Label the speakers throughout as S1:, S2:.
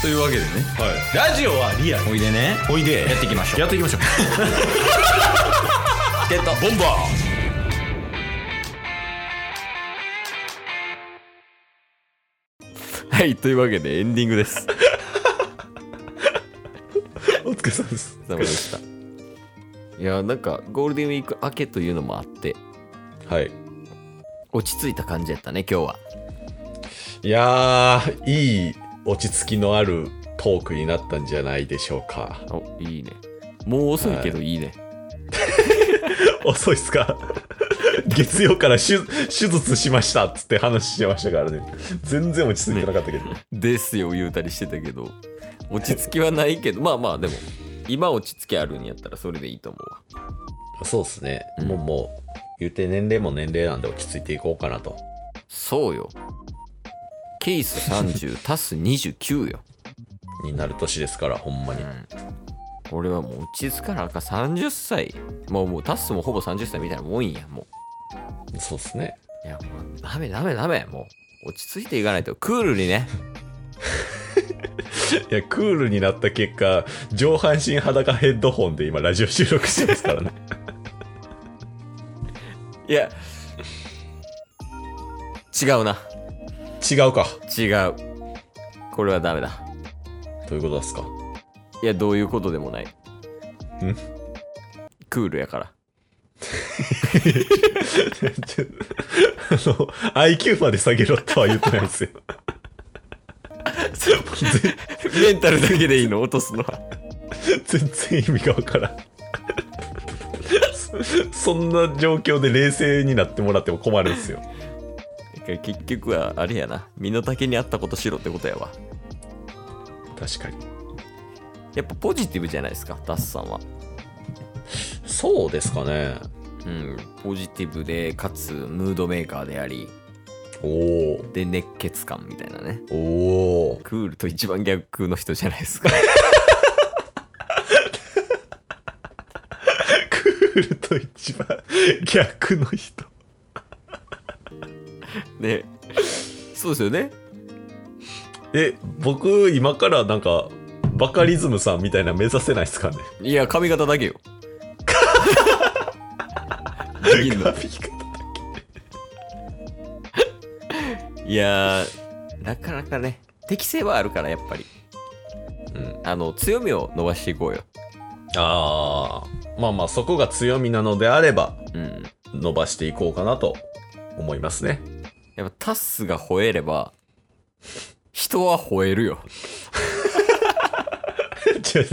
S1: というわけでね
S2: はい、ラジオはリアル
S1: おいでね
S2: おいで
S1: やっていきましょう
S2: やっていきましょう
S1: ゲットボンバーはいというわけでエンディングです
S2: お疲れ様です
S1: お疲れ様でしたいやなんかゴールデンウィーク明けというのもあって
S2: はい
S1: 落ち着いた感じやったね今日はい
S2: やーいい落ち着きのあるトークになったんじゃないでしょうか
S1: おいいねもう遅いけどいいね、
S2: 遅いっすか 月曜から手手術しましたっつって話してましたからね全然落ち着いてなかったけど、
S1: ですよ言うたりしてたけど落ち着きはないけどまあまあでも今落ち着きあるんやったらそれでいいと思うわ
S2: そうっすね、
S1: うん
S2: もうもう言うて年齢も年齢なんで落ち着いていこうかなと
S1: そうよケース30足す29よ、
S2: になる年ですからほんまに、
S1: 俺はもう落ち着かなあかん30歳もうもうタッスもほぼ30歳みたいなもんやも
S2: そうっすね
S1: ういやもうダメダメダメもう落ち着いていかないとクールにね
S2: いやクールになった結果上半身裸ヘッドホンで今ラジオ収録してますからね
S1: いや違うな
S2: 違うか
S1: 違うこれはダメだ
S2: ということですか
S1: いやどういうことでもない
S2: ん
S1: クールやから
S2: ちょあの、IQ まで下げろとは言ってないですよ。
S1: レンタルだけでいいの落とすのは
S2: 全然意味がわからん。 そそんな状況で冷静になってもらっても困るんですよ。
S1: 結局はあれやな身の丈に合ったことしろってことやわ
S2: 確かに。
S1: やっぱポジティブじゃないですかダッさんは
S2: そうですかね。
S1: うんポジティブでかつムードメーカーであり
S2: おお
S1: で熱血感みたいなね
S2: おお
S1: クールと一番逆の人じゃないですか
S2: クールと一番逆の人。
S1: ねそうですよね
S2: え、僕、今からなんか、バカリズムさんみたいな目指せないですかね。
S1: いや髪型だけよできんの
S2: 髪型
S1: いやーなかなかね適性はあるからやっぱり
S2: うん。
S1: あの強みを伸ばしていこうよ
S2: ああ、まあまあ、そこが強みなのであれば、
S1: うん
S2: 伸ばしていこうかなと思いますね。
S1: やっぱタスが吠えれば人は吠えるよ
S2: ちょっ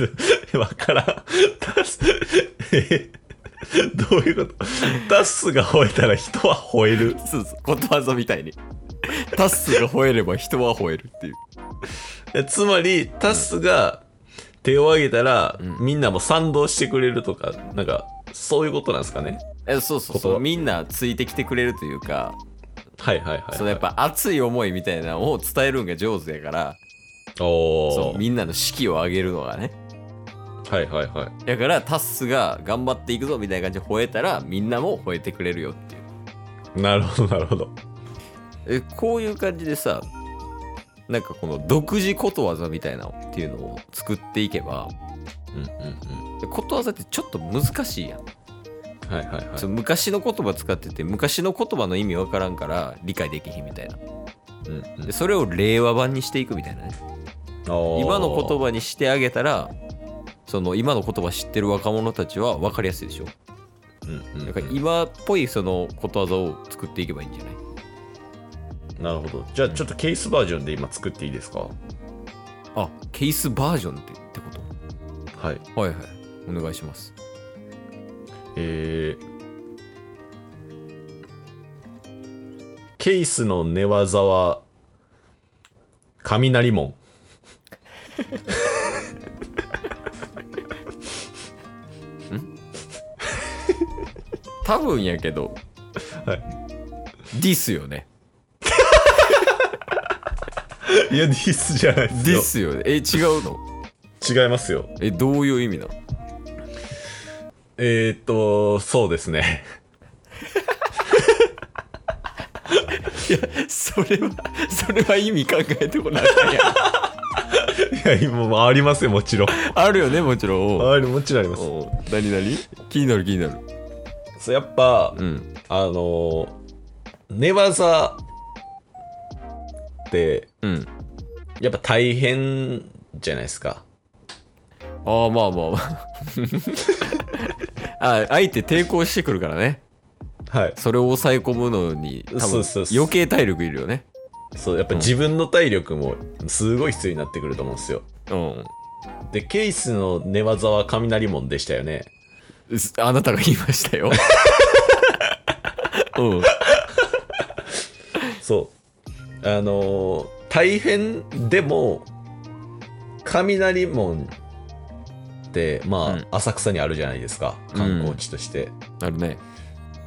S2: と、わからん。タス、えどういうことタスが吠えたら人は吠える。
S1: そうそうことわざみたいにタッスが吠えれば人は吠えるっていう
S2: えつまり、タスが手を挙げたら、
S1: うん
S2: みんなも賛同してくれるとか、なんか、そういうことなんですかね。
S1: えそうそう
S2: こと
S1: そう
S2: わ
S1: みんなついてきてくれるというか
S2: はいはいはい。
S1: そのやっ。ぱ熱い思いみたいなのを伝えるんが上手やから
S2: お
S1: そう
S2: ー。
S1: みんなの士気を上げるのがね
S2: はいはいはい。
S1: だからタッスが頑張っていくぞみたいな感じで吠えたらみんなも吠えてくれるよっていう
S2: なるほどなるほど。
S1: えこういう感じでさなんかこの独自ことわざみたいなのっていうのを作っていけば
S2: うんうんうん。
S1: ことわざってちょっと難しいやん、
S2: はいはいは
S1: そ
S2: い。
S1: う昔の言葉使ってて昔の言葉の意味わからんから理解できひんみたいな
S2: うんうん
S1: でそれを令和版にしていくみたいなね今の言
S2: 葉。
S1: 葉にしてあげたらその今の言葉知ってる若者たちは分かりやすいでしょ
S2: うんうん
S1: だ
S2: うん
S1: から今っぽいそのことわざを作っていけばいいんじゃない
S2: なるほど。じゃあちょっとケースバージョンで今作っていいですか
S1: あケースバージョンってってこ
S2: はい。
S1: とはいはいお願いします
S2: えー、ケースの寝技は、雷門。
S1: 多分やけど
S2: はい。
S1: ディスよね
S2: いや、ディスじゃない
S1: ディ
S2: です
S1: スよねえ違うの
S2: よ。違いますよ。
S1: えどういう意味なの
S2: えー、っと、そうですね。
S1: それはそれは意味考えてこないやん
S2: いいや、今もありますよ、もちろん。
S1: あるよねもちろんおう
S2: あるもちろんあります。
S1: おう何何気になる気になる
S2: そうやっぱ、
S1: うん
S2: あのー、寝技って、
S1: うん
S2: やっぱ大変じゃないですか。
S1: ああまあまあまあ あ相手抵抗してくるからね
S2: はい。
S1: それを抑え込むのに多
S2: そう
S1: 分
S2: そうそう
S1: 余計体力いるよね
S2: そう、やっぱ自分の体力もすごい必要になってくると思うんですよ。
S1: うん
S2: で、ケイスの寝技は雷門でしたよね。
S1: すあなたが言いました ようん
S2: そう。あのー大変でも、雷門って、まあ、
S1: うん
S2: 浅草にあるじゃないですか。観光地として。
S1: なるね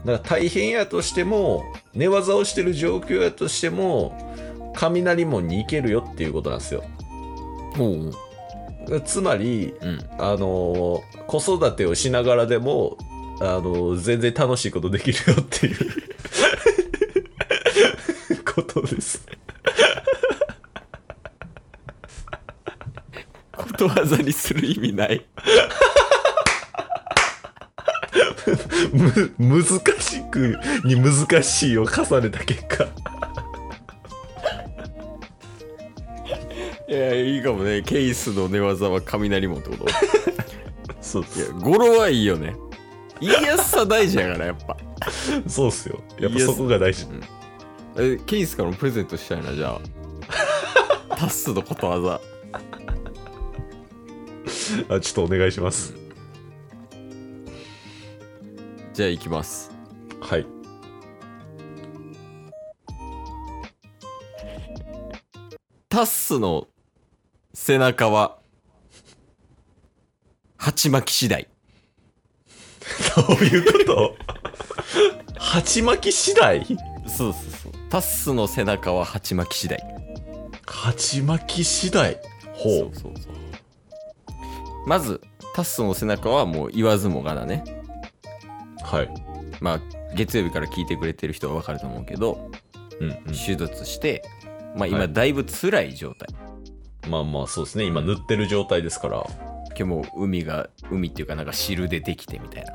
S2: だから大変やとしても、寝技をしてる状況やとしても、雷門に行けるよっていうことなんですよ。
S1: おう
S2: つまり、
S1: うん
S2: あのー子育てをしながらでも、あのー全然楽しいことできるよっていう ことです。
S1: ことわざにする意味ない
S2: む難しくに難しいを重ねた結果
S1: いやいいかもねケースの寝技は雷門ってこと
S2: そう
S1: いや語呂はいいよね言いやすさ大事やからやっぱ
S2: そうっすよやっぱそこが大事
S1: えケイスからもプレゼントしたいな じゃあタッスのことわざ
S2: あちょっとお願いします
S1: じゃあ行きます
S2: はい
S1: タッスの背中は鉢巻き次第
S2: どういうこと鉢巻き次第
S1: そうそうそうタッスの背中は鉢巻き次第
S2: 鉢巻き次第ほう
S1: そうそうそうまずタッスの背中はもう言わずもがなね
S2: はい
S1: まあ月曜日から聞いてくれてる人は分かると思うけど
S2: うん、う
S1: 手術して、まあ
S2: は
S1: 今
S2: い
S1: だいぶ辛い状態、
S2: ん、まあまあそうですね今塗ってる状態ですから
S1: 今日もう海が海っていうかなんか汁でできてみたいな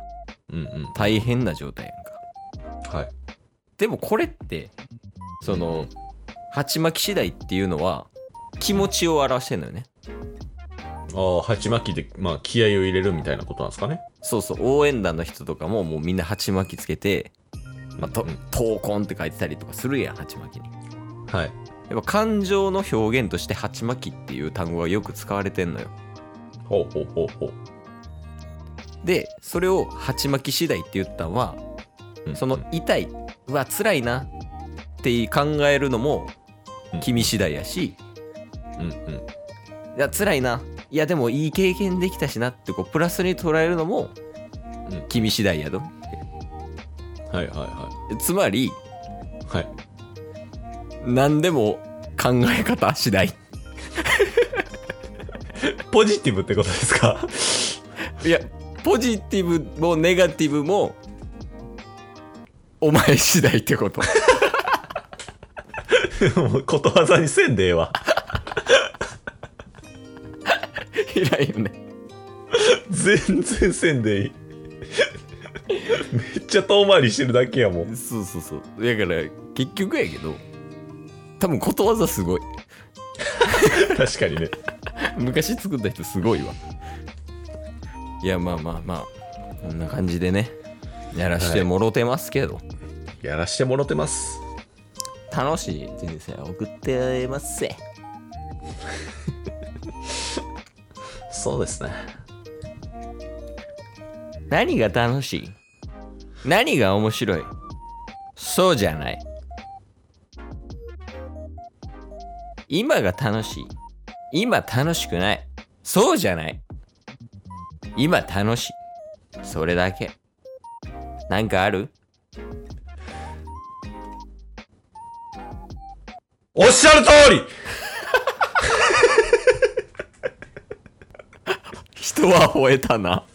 S2: うんうん
S1: 大変な状態やんか
S2: はい
S1: でもこれってその、鉢巻き次第っていうのは気持ちを表してるのよね
S2: ああ鉢巻きで、まあ、気合を入れるみたいなことなんですかね
S1: そうそう応援団の人とかももうみんな鉢巻きつけて「まあ、と
S2: うん
S1: 闘魂」って書いてたりとかするやん鉢巻きに
S2: はい
S1: やっぱ感情の表現として鉢巻きっていう単語がよく使われてんのよ
S2: ほうほうほうほう
S1: でそれを鉢巻き次第って言ったのは
S2: うん
S1: その
S2: うん
S1: 痛いうわ辛いなって考えるのも
S2: うん
S1: 君次第やし、
S2: うんうん
S1: いや辛いないやでもいい経験できたしなってこうプラスに捉えるのも
S2: うん
S1: 君次第やと、
S2: はいはいは
S1: つまり
S2: いはい
S1: 何でも考え方次第
S2: ポジティブってことですか
S1: いやポジティブもネガティブもお前次第ってこと
S2: もうことわざにせんでええわ
S1: いないよね
S2: 全然せんでいいめっちゃ遠回りしてるだけやもん
S1: そうそうそうだから結局やけど多分ことわざすごい
S2: 確かにね
S1: 昔作った人すごいわいやまあまあまあこんな感じでねやらしてもろてますけど、
S2: やらしてもろてます
S1: 楽しい人生を送ってますせ
S2: そうですね
S1: 何が楽しい何が面白いそうじゃない今が楽しい今楽しくないそうじゃない今楽しいそれだけなんかある
S2: おっしゃる通り
S1: 人は吠えたな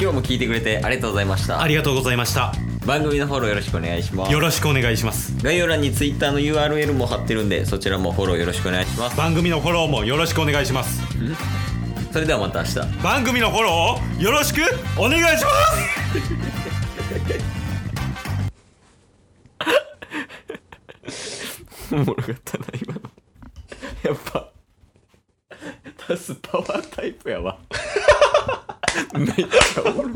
S1: 今日も聞いてくれてありがとうございました
S3: ありがとうございました
S1: 番組のフォローよろしくお願いします
S2: よろしくお願いします
S1: 概要欄に Twitter の URL も貼ってるんでそちらもフォローよろしくお願いします
S2: 番組のフォローもよろしくお願いします
S1: それではまた明日
S2: 番組のフォローをよろしくお願いします
S1: おもろかったな今のやっぱ タスパワータイプやわめっちゃおもろい